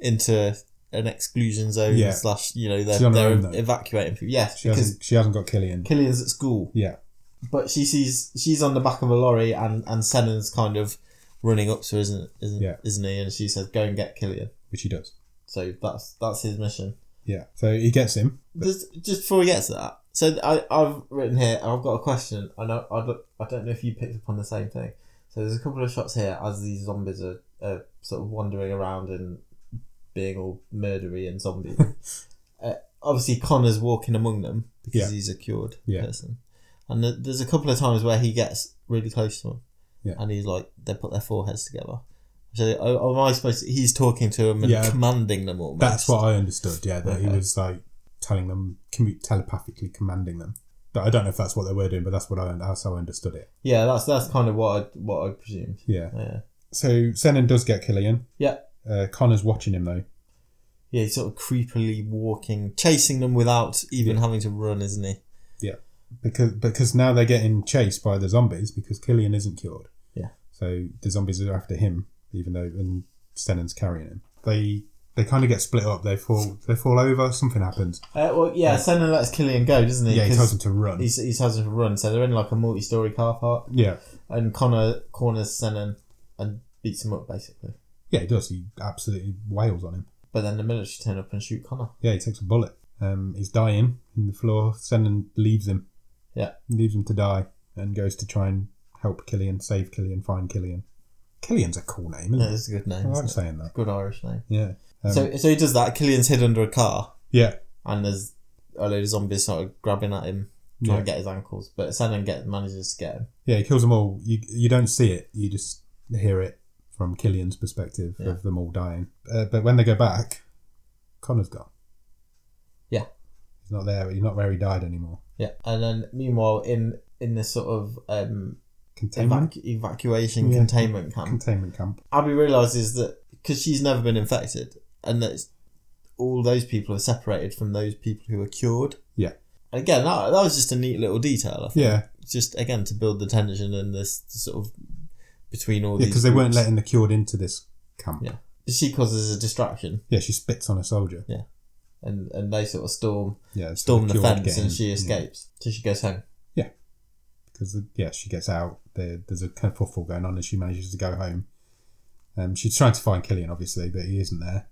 [SPEAKER 1] into an exclusion zone
[SPEAKER 2] Yeah.
[SPEAKER 1] slash you know
[SPEAKER 2] She's
[SPEAKER 1] they're,
[SPEAKER 2] on her
[SPEAKER 1] they're
[SPEAKER 2] own, though.
[SPEAKER 1] evacuating people. Yes,
[SPEAKER 2] she
[SPEAKER 1] because
[SPEAKER 2] hasn't, she hasn't got Killian.
[SPEAKER 1] Killian's at school,
[SPEAKER 2] Yeah,
[SPEAKER 1] but she sees she's on the back of a lorry and and Sennon's kind of running up to her, isn't isn't
[SPEAKER 2] Yeah.
[SPEAKER 1] isn't he? And she says, "Go and get Killian."
[SPEAKER 2] which he does.
[SPEAKER 1] So that's that's his mission.
[SPEAKER 2] Yeah, so he gets him.
[SPEAKER 1] Just just before we get to that, so I I've written here. I've got a question. I know I don't, I don't know if you picked up on the same thing. So there's a couple of shots here as these zombies are, are sort of wandering around and being all murdery and
[SPEAKER 2] *laughs*
[SPEAKER 1] zombie. uh, obviously, Connor's walking among them because
[SPEAKER 2] Yeah.
[SPEAKER 1] he's a cured
[SPEAKER 2] Yeah.
[SPEAKER 1] person. And th- there's a couple of times where he gets really close to them,
[SPEAKER 2] Yeah.
[SPEAKER 1] and he's like they put their foreheads together. So oh, am I supposed? To, he's talking to them and
[SPEAKER 2] Yeah.
[SPEAKER 1] commanding them almost.
[SPEAKER 2] That's what I understood. Yeah, that he
[SPEAKER 1] Okay.
[SPEAKER 2] was like telling them, commu- telepathically commanding them. But I don't know if that's what they were doing, but that's what I that's how I understood it.
[SPEAKER 1] Yeah, that's that's kind of what I what I presumed.
[SPEAKER 2] Yeah.
[SPEAKER 1] Yeah.
[SPEAKER 2] So Senon does get Killian.
[SPEAKER 1] Yeah.
[SPEAKER 2] Uh, Connor's watching him though.
[SPEAKER 1] Yeah, he's sort of creepily walking, chasing them without even
[SPEAKER 2] Yeah.
[SPEAKER 1] having to run, isn't he?
[SPEAKER 2] because because now they're getting chased by the zombies because Killian isn't cured.
[SPEAKER 1] Yeah.
[SPEAKER 2] So the zombies are after him, even though and Senon's carrying him. They they kind of get split up. They fall they fall over. Something happens.
[SPEAKER 1] Uh, well, yeah, Senna lets Killian go, doesn't he?
[SPEAKER 2] Yeah, he
[SPEAKER 1] 'Cause
[SPEAKER 2] tells him to run.
[SPEAKER 1] he's, he tells him to run. So they're in like a multi-story car park,
[SPEAKER 2] Yeah.
[SPEAKER 1] and Connor corners Senna and beats him up basically.
[SPEAKER 2] Yeah, he does. He absolutely wails on him.
[SPEAKER 1] But then the military turn up and shoot Connor.
[SPEAKER 2] Yeah, he takes a bullet. Um, he's dying in the floor. Senon leaves him.
[SPEAKER 1] Yeah.
[SPEAKER 2] Leaves him to die and goes to try and help Killian, save Killian, find Killian. Killian's a cool name, isn't
[SPEAKER 1] That
[SPEAKER 2] it?
[SPEAKER 1] is a good
[SPEAKER 2] I
[SPEAKER 1] name.
[SPEAKER 2] like
[SPEAKER 1] isn't it?
[SPEAKER 2] saying that.
[SPEAKER 1] Good Irish name.
[SPEAKER 2] Yeah. Um,
[SPEAKER 1] so so he does that. Killian's hid under a car,
[SPEAKER 2] yeah.
[SPEAKER 1] and there's a load of zombies sort of grabbing at him, trying
[SPEAKER 2] Yeah.
[SPEAKER 1] to get his ankles. But Shannon get manages to get him.
[SPEAKER 2] Yeah, he kills them all. You you don't see it. You just hear it from Killian's perspective
[SPEAKER 1] Yeah.
[SPEAKER 2] of them all dying. Uh, but when they go back, Connor's gone.
[SPEAKER 1] Yeah.
[SPEAKER 2] he's not there. He's not where he died anymore.
[SPEAKER 1] Yeah, and then meanwhile in in this sort of um,
[SPEAKER 2] Containment.
[SPEAKER 1] evac- evacuation
[SPEAKER 2] Yeah.
[SPEAKER 1] containment camp,
[SPEAKER 2] Containment camp.
[SPEAKER 1] Abby realizes that because she's never been infected, and that it's- all those people are separated from those people who are cured.
[SPEAKER 2] Yeah.
[SPEAKER 1] And again, that, that was just a neat little detail. I think.
[SPEAKER 2] Yeah,
[SPEAKER 1] Just again to build the tension and this sort of between all
[SPEAKER 2] yeah,
[SPEAKER 1] these.
[SPEAKER 2] because they weren't
[SPEAKER 1] groups.
[SPEAKER 2] letting the cured into this camp.
[SPEAKER 1] Yeah. She causes a distraction,
[SPEAKER 2] Yeah, she spits on a soldier.
[SPEAKER 1] and and they sort of storm
[SPEAKER 2] Yeah, so
[SPEAKER 1] storm the,
[SPEAKER 2] cured
[SPEAKER 1] fence,
[SPEAKER 2] get in.
[SPEAKER 1] and she
[SPEAKER 2] Yeah.
[SPEAKER 1] escapes. So she goes home.
[SPEAKER 2] because yeah, she gets out. There, there's a kerfuffle going on, and she manages to go home. Um, she's trying to find Killian, obviously, but he isn't there.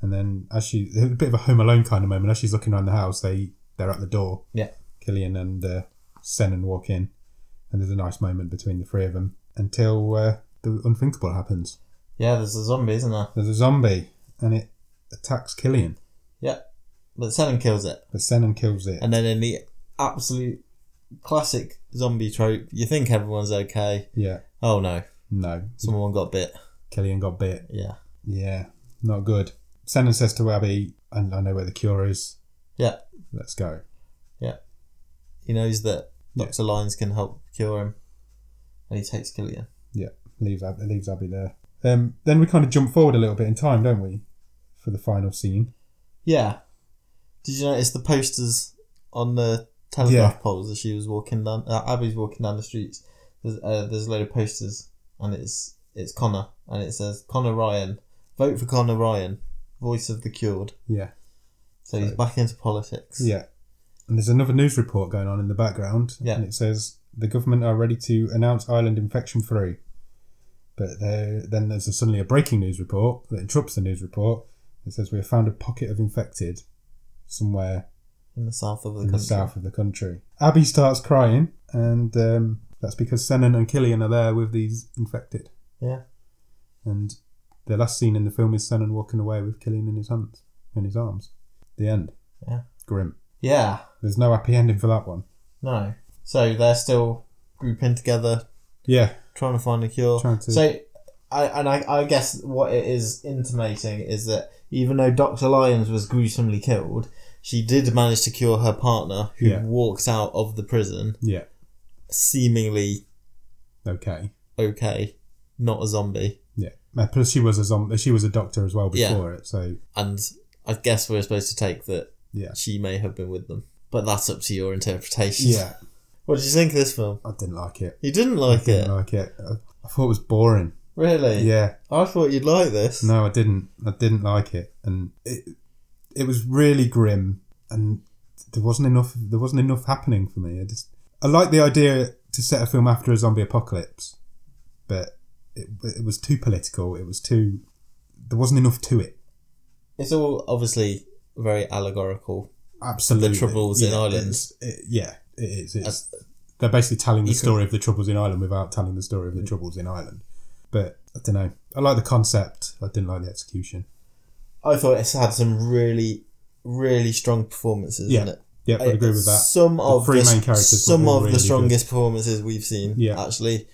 [SPEAKER 2] And then, as she, a bit of a Home Alone kind of moment. As she's looking around the house, they they're at the door.
[SPEAKER 1] Yeah.
[SPEAKER 2] Killian and uh, Senan walk in, and there's a nice moment between the three of them until uh, the unthinkable happens.
[SPEAKER 1] Yeah, there's a zombie, isn't there?
[SPEAKER 2] There's a zombie, and it attacks Killian,
[SPEAKER 1] But Seven kills it.
[SPEAKER 2] but Senan kills it.
[SPEAKER 1] And then in the absolute classic zombie trope, you think everyone's okay.
[SPEAKER 2] yeah,
[SPEAKER 1] Oh no,
[SPEAKER 2] no,
[SPEAKER 1] someone got bit.
[SPEAKER 2] Killian got bit.
[SPEAKER 1] Yeah.
[SPEAKER 2] Yeah, not good. Senan says to Abby, I, I know where the cure is.
[SPEAKER 1] Yeah.
[SPEAKER 2] Let's go.
[SPEAKER 1] He knows that
[SPEAKER 2] Yeah.
[SPEAKER 1] Dr. Lyons can help cure him. And he takes Killian.
[SPEAKER 2] Leaves, Ab- leaves Abby there. Um, then we kind of jump forward a little bit in time, don't we? For the final scene.
[SPEAKER 1] Yeah. Did you notice the posters on the telegraph
[SPEAKER 2] Yeah.
[SPEAKER 1] poles as she was walking down? Uh, Abby's walking down the streets. There's, uh, there's a load of posters, and it's it's Connor, and it says Connor Ryan, vote for Connor Ryan, voice of the cured.
[SPEAKER 2] Yeah.
[SPEAKER 1] So he's
[SPEAKER 2] So-
[SPEAKER 1] back into politics.
[SPEAKER 2] Yeah. And there's another news report going on in the background.
[SPEAKER 1] Yeah.
[SPEAKER 2] And it says the government are ready to announce Ireland infection free. But there, then there's a, suddenly a breaking news report that interrupts the news report. It says we have found a pocket of infected somewhere
[SPEAKER 1] in the south of the
[SPEAKER 2] in
[SPEAKER 1] country.
[SPEAKER 2] the south of the country. Abby starts crying, and um, that's because Senan and Killian are there with these infected.
[SPEAKER 1] Yeah.
[SPEAKER 2] And the last scene in the film is Senan walking away with Killian in his hands, in his arms. The end.
[SPEAKER 1] Yeah.
[SPEAKER 2] Grim.
[SPEAKER 1] Yeah.
[SPEAKER 2] There's no happy ending for that one.
[SPEAKER 1] No. So they're still grouping together,
[SPEAKER 2] Yeah.
[SPEAKER 1] trying to find a cure.
[SPEAKER 2] Trying to.
[SPEAKER 1] So, I, and I, I guess what it is intimating is that even though Dr. Lyons was gruesomely killed, she did manage to cure her partner, who
[SPEAKER 2] Yeah.
[SPEAKER 1] walked out of the prison
[SPEAKER 2] yeah.
[SPEAKER 1] seemingly
[SPEAKER 2] Okay.
[SPEAKER 1] okay, not a zombie.
[SPEAKER 2] Yeah. Uh, Plus, she was a zombie. She was a doctor as well
[SPEAKER 1] Yeah.
[SPEAKER 2] before it. So
[SPEAKER 1] And I guess we're supposed to take that
[SPEAKER 2] yeah.
[SPEAKER 1] she may have been with them. But that's up to your interpretation.
[SPEAKER 2] Yeah.
[SPEAKER 1] What did you think of this film?
[SPEAKER 2] I didn't like it.
[SPEAKER 1] You didn't
[SPEAKER 2] I
[SPEAKER 1] like
[SPEAKER 2] didn't
[SPEAKER 1] it?
[SPEAKER 2] like it. I, I thought it was boring.
[SPEAKER 1] Really?
[SPEAKER 2] Yeah.
[SPEAKER 1] I thought you'd like this.
[SPEAKER 2] No, I didn't. I didn't like it, and it it was really grim, and there wasn't enough. There wasn't enough happening for me. I just I like the idea to set a film after a zombie apocalypse, but it, it was too political. It was too. There wasn't enough to it.
[SPEAKER 1] It's all obviously very allegorical.
[SPEAKER 2] Absolutely,
[SPEAKER 1] The troubles in
[SPEAKER 2] Yeah,
[SPEAKER 1] Ireland.
[SPEAKER 2] it's- It, yeah, it is. It's, they're basically telling the
[SPEAKER 1] You could-
[SPEAKER 2] story of the troubles in Ireland without telling the story of the troubles in Ireland. But I don't know. I like the concept. I didn't like the execution.
[SPEAKER 1] I thought it's had some really, really strong performances
[SPEAKER 2] Yeah,
[SPEAKER 1] in it.
[SPEAKER 2] Yeah, I agree with that.
[SPEAKER 1] Some of
[SPEAKER 2] three
[SPEAKER 1] the
[SPEAKER 2] main characters were
[SPEAKER 1] some
[SPEAKER 2] all
[SPEAKER 1] of
[SPEAKER 2] really
[SPEAKER 1] the
[SPEAKER 2] good.
[SPEAKER 1] strongest performances we've seen.
[SPEAKER 2] Yeah.
[SPEAKER 1] actually,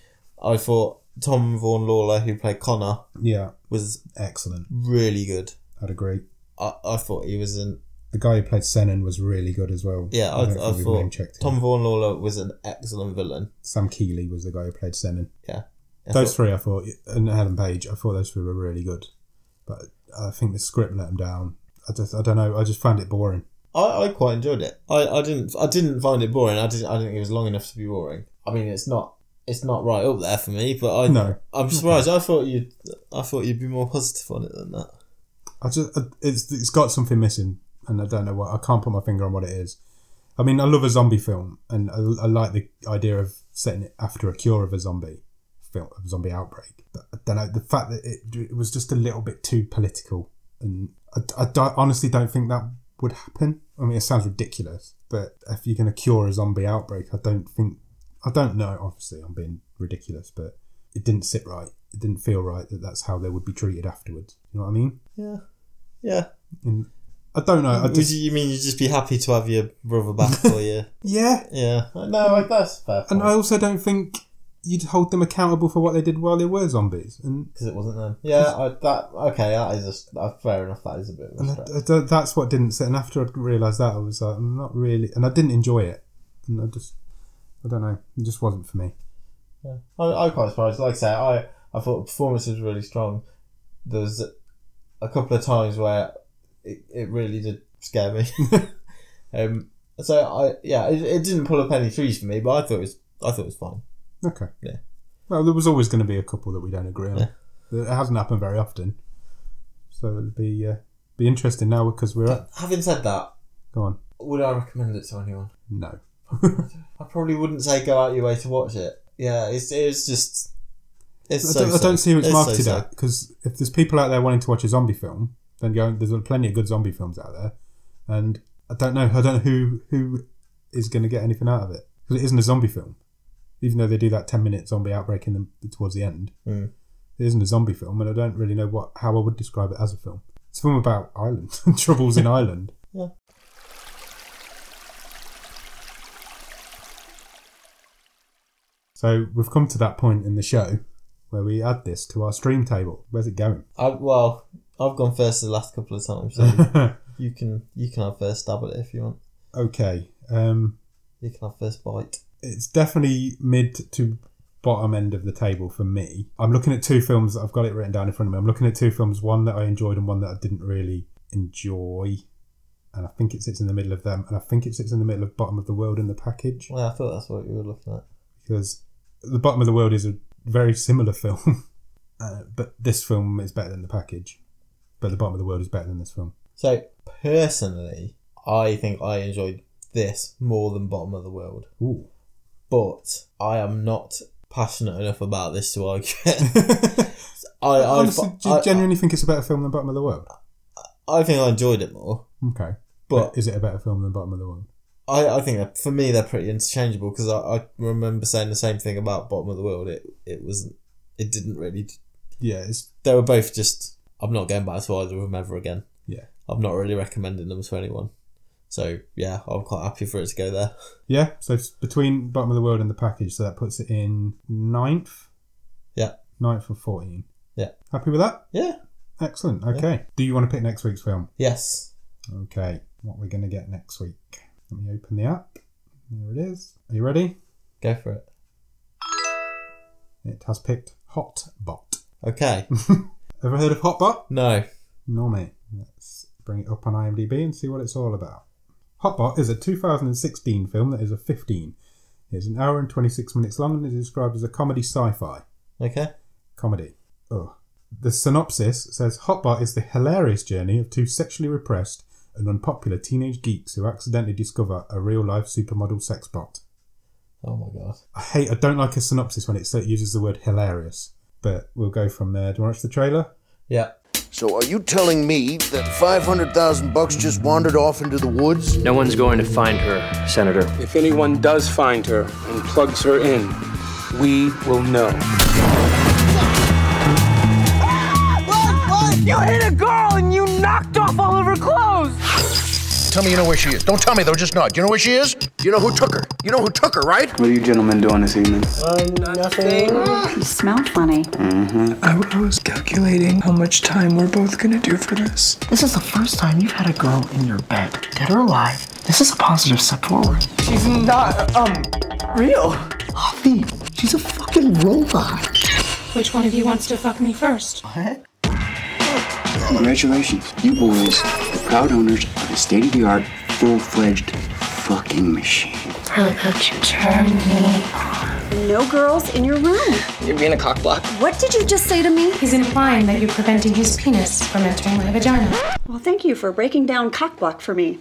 [SPEAKER 1] I thought Tom Vaughan Lawler, who played Connor,
[SPEAKER 2] Yeah,
[SPEAKER 1] was
[SPEAKER 2] excellent.
[SPEAKER 1] really good.
[SPEAKER 2] I'd agree.
[SPEAKER 1] I, I thought he was an
[SPEAKER 2] The guy who played Senan was really good as well.
[SPEAKER 1] Yeah, I-
[SPEAKER 2] don't
[SPEAKER 1] I
[SPEAKER 2] think we've
[SPEAKER 1] thought
[SPEAKER 2] name-checked him.
[SPEAKER 1] Tom Vaughan Lawler was an excellent villain.
[SPEAKER 2] Sam Keeley was the guy who played Senan.
[SPEAKER 1] I
[SPEAKER 2] Those
[SPEAKER 1] thought-
[SPEAKER 2] three, I thought, and Helen Page, I thought those three were really good. But I think the script let them down. I just, I don't know. I just found it boring.
[SPEAKER 1] I, I quite enjoyed it. I, I didn't I didn't find it boring. I didn't I didn't think it was long enough to be boring. I mean, it's not it's not right up there for me, but I
[SPEAKER 2] No,
[SPEAKER 1] I'm surprised. I thought you I thought you'd be more positive on it than that.
[SPEAKER 2] I just, I- it's, it's got something missing, and I don't know what. I can't put my finger on what it is. I mean, I love a zombie film, and I, I like the idea of setting it after a cure of a zombie film, a zombie outbreak. But I don't know the fact that it, it was just a little bit too political, and I, I don't- honestly don't think that would happen. I mean, it sounds ridiculous, but if you're going to cure a zombie outbreak, I don't think I don't know. Obviously, I'm being ridiculous, but it didn't sit right. It didn't feel right that that's how they would be treated afterwards. You know what I mean?
[SPEAKER 1] Yeah. Yeah.
[SPEAKER 2] And I don't know. I
[SPEAKER 1] Would
[SPEAKER 2] just,
[SPEAKER 1] you, you mean you'd just be happy to have your brother back for *laughs* you?
[SPEAKER 2] yeah,
[SPEAKER 1] Yeah. No, like, that's fair.
[SPEAKER 2] and I also don't think you'd hold them accountable for what they did while they were zombies. And
[SPEAKER 1] Because it wasn't them. Yeah, I, that okay. That is just uh, fair enough. That is a bit. of
[SPEAKER 2] And
[SPEAKER 1] a
[SPEAKER 2] I,
[SPEAKER 1] stretch.
[SPEAKER 2] I don't- that's what didn't sit. And after I realised that, I was like, I'm not really. And I didn't enjoy it. And I just, I don't know. It just wasn't for me.
[SPEAKER 1] Yeah. I, I'm quite surprised. Like I say, I, I thought the performance was really strong. There was a couple of times where it, it really did scare me. *laughs* um, so I yeah, it, it didn't pull up any trees for me, but I thought it was I thought it was fine.
[SPEAKER 2] Okay.
[SPEAKER 1] Yeah.
[SPEAKER 2] Well, there was always going to be a couple that we don't agree on.
[SPEAKER 1] Yeah.
[SPEAKER 2] It hasn't happened very often. So it'll be uh, be interesting now because we're at.
[SPEAKER 1] But having said that,
[SPEAKER 2] Go on.
[SPEAKER 1] would I recommend it to anyone?
[SPEAKER 2] No.
[SPEAKER 1] I probably wouldn't say go out your way to watch it. Yeah, it's it's just. It's
[SPEAKER 2] I,
[SPEAKER 1] so,
[SPEAKER 2] don't, I don't see who it's marketed
[SPEAKER 1] so,
[SPEAKER 2] at because if there's people out there wanting to watch a zombie film, then go. There's plenty of good zombie films out there, and I don't know. I don't know who who is going to get anything out of it because it isn't a zombie film, even though they do that ten minute zombie outbreak in the, towards the end.
[SPEAKER 1] Mm.
[SPEAKER 2] It isn't a zombie film, and I don't really know what how I would describe it as a film. It's a film about Ireland, *laughs* troubles
[SPEAKER 1] *laughs*
[SPEAKER 2] in Ireland.
[SPEAKER 1] Yeah.
[SPEAKER 2] So we've come to that point in the show where we add this to our stream table. Where's it going?
[SPEAKER 1] I, well, I've gone first the last couple of times,
[SPEAKER 2] *laughs*
[SPEAKER 1] so you can you can have first stab at it if you want.
[SPEAKER 2] okay. Um,
[SPEAKER 1] You can have first bite.
[SPEAKER 2] it's definitely mid to bottom end of the table for me. I'm looking at two films. I've got it written down in front of me. I'm looking at two films, one that I enjoyed and one that I didn't really enjoy. And I think it sits in the middle of them. And I think it sits in the middle of Bottom of the World in the package
[SPEAKER 1] Well, I thought that's what you were looking at.
[SPEAKER 2] because The Bottom of the World is a very similar *laughs* film. Uh, but this film is better than the package. But The Bottom of the World is better than this film.
[SPEAKER 1] So personally, I think I enjoyed this more than Bottom of the World,
[SPEAKER 2] Ooh.
[SPEAKER 1] but I am not passionate enough about this to argue. it.
[SPEAKER 2] *laughs*
[SPEAKER 1] I I,
[SPEAKER 2] Honestly, do you
[SPEAKER 1] I,
[SPEAKER 2] genuinely think it's a better film than Bottom of the World?
[SPEAKER 1] I think I enjoyed it more,
[SPEAKER 2] Okay.
[SPEAKER 1] but
[SPEAKER 2] is it a better film than Bottom of the World?
[SPEAKER 1] I, I think that for me they're pretty interchangeable because I, I remember saying the same thing about Bottom of the World. It it wasn't it didn't really
[SPEAKER 2] Yeah, it's
[SPEAKER 1] they were both just I'm not going back to either of them ever again.
[SPEAKER 2] Yeah.
[SPEAKER 1] I'm not really recommending them to anyone. So yeah, I'm quite happy for it to go there.
[SPEAKER 2] yeah. So it's between Bottom of the World and the package, so that puts it in ninth.
[SPEAKER 1] Yeah.
[SPEAKER 2] ninth of fourteen.
[SPEAKER 1] Yeah.
[SPEAKER 2] happy with that?
[SPEAKER 1] Yeah.
[SPEAKER 2] Excellent. Okay. Do you want to pick next week's film?
[SPEAKER 1] Yes.
[SPEAKER 2] Okay. What we're gonna get next week? Let me open the app. There it is. Are you ready?
[SPEAKER 1] Go for it.
[SPEAKER 2] It has picked Hot Bot.
[SPEAKER 1] Okay.
[SPEAKER 2] Ever heard of Hot Bot?
[SPEAKER 1] no.
[SPEAKER 2] No, mate. Let's bring it up on IMDb and see what it's all about. Hotbot is a 2016 film that is a 15. It is an hour and 26 minutes long and is described as a comedy sci fi.
[SPEAKER 1] Okay.
[SPEAKER 2] Comedy. Ugh. The synopsis says Hotbot is the hilarious journey of two sexually repressed and unpopular teenage geeks who accidentally discover a real life supermodel sex bot.
[SPEAKER 1] Oh my god.
[SPEAKER 2] I hate, I don't like a synopsis when it so- uses the word hilarious, but we'll go from there. Do you want to watch the trailer?
[SPEAKER 1] Yeah.
[SPEAKER 3] So are you telling me that 500,000 bucks just wandered off into the woods?
[SPEAKER 4] No one's going to find her, Senator.
[SPEAKER 5] If anyone does find her and plugs her in, we will know.
[SPEAKER 6] You hit a girl and you knocked off all of her clothes!
[SPEAKER 3] Tell me you know where she is. Don't tell me though, just nod. You know where she is? You know who took her? You know who took her, right?
[SPEAKER 7] What are you gentlemen doing this evening?
[SPEAKER 8] You smell funny.
[SPEAKER 9] I, I was calculating how much time we're both gonna do for this.
[SPEAKER 10] This is the first time you've had a girl in your bed, dead or alive. This is a positive step forward.
[SPEAKER 9] She's not, um, real.
[SPEAKER 10] Avi, she's a fucking robot.
[SPEAKER 6] Which one of you wants to fuck me first?
[SPEAKER 7] Congratulations. You boys are proud owners of a state of the art, full fledged fucking machine.
[SPEAKER 8] No girls in your room.
[SPEAKER 9] You're being a cockblock.
[SPEAKER 8] What did you just say to me?
[SPEAKER 6] He's implying that you're preventing his penis from entering my vagina.
[SPEAKER 8] Well, thank you for breaking down cockblock for me.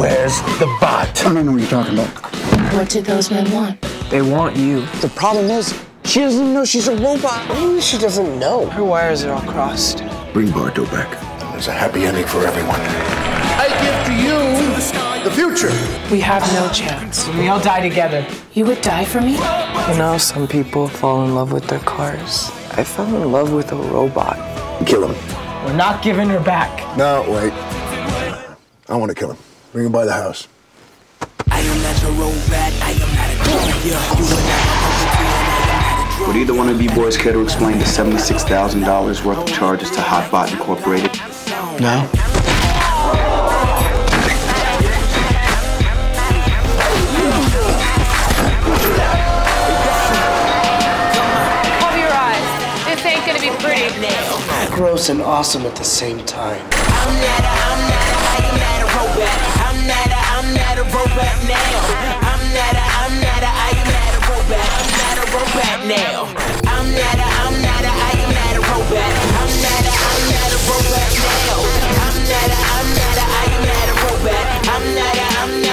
[SPEAKER 7] Where's the bot?
[SPEAKER 10] I don't know what you're talking about.
[SPEAKER 6] What did those men want?
[SPEAKER 9] They want you.
[SPEAKER 10] The problem is, she doesn't even know she's a robot. What do you mean she doesn't know?
[SPEAKER 9] Her wires are all crossed.
[SPEAKER 7] Bring Bardo back. There's a happy ending for everyone.
[SPEAKER 3] I give to you the future.
[SPEAKER 9] We have no chance. We all die together.
[SPEAKER 6] You would die for me?
[SPEAKER 9] You know, some people fall in love with their cars. I fell in love with a robot.
[SPEAKER 3] Kill him.
[SPEAKER 10] We're not giving her back.
[SPEAKER 3] No, wait. I want to kill him. Bring him by the house.
[SPEAKER 7] Would either one of you boys care to explain the $76,000 worth of charges to Hotbot Incorporated?
[SPEAKER 9] No.
[SPEAKER 11] Cover your eyes. This ain't gonna be pretty.
[SPEAKER 9] Gross and awesome at the same time.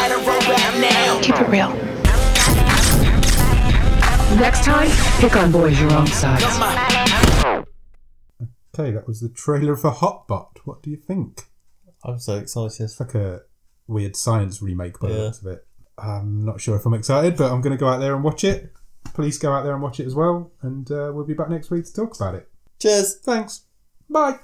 [SPEAKER 10] Keep it real. Next time, pick on boys your own size.
[SPEAKER 2] Okay, that was the trailer for Hotbot. What do you think?
[SPEAKER 1] I'm so excited.
[SPEAKER 2] It's like a weird science remake by the
[SPEAKER 1] Yeah.
[SPEAKER 2] looks of it. I'm not sure if I'm excited, but I'm going to go out there and watch it. Please go out there and watch it as well, and uh, we'll be back next week to talk about it.
[SPEAKER 1] Cheers.
[SPEAKER 2] Thanks. Bye.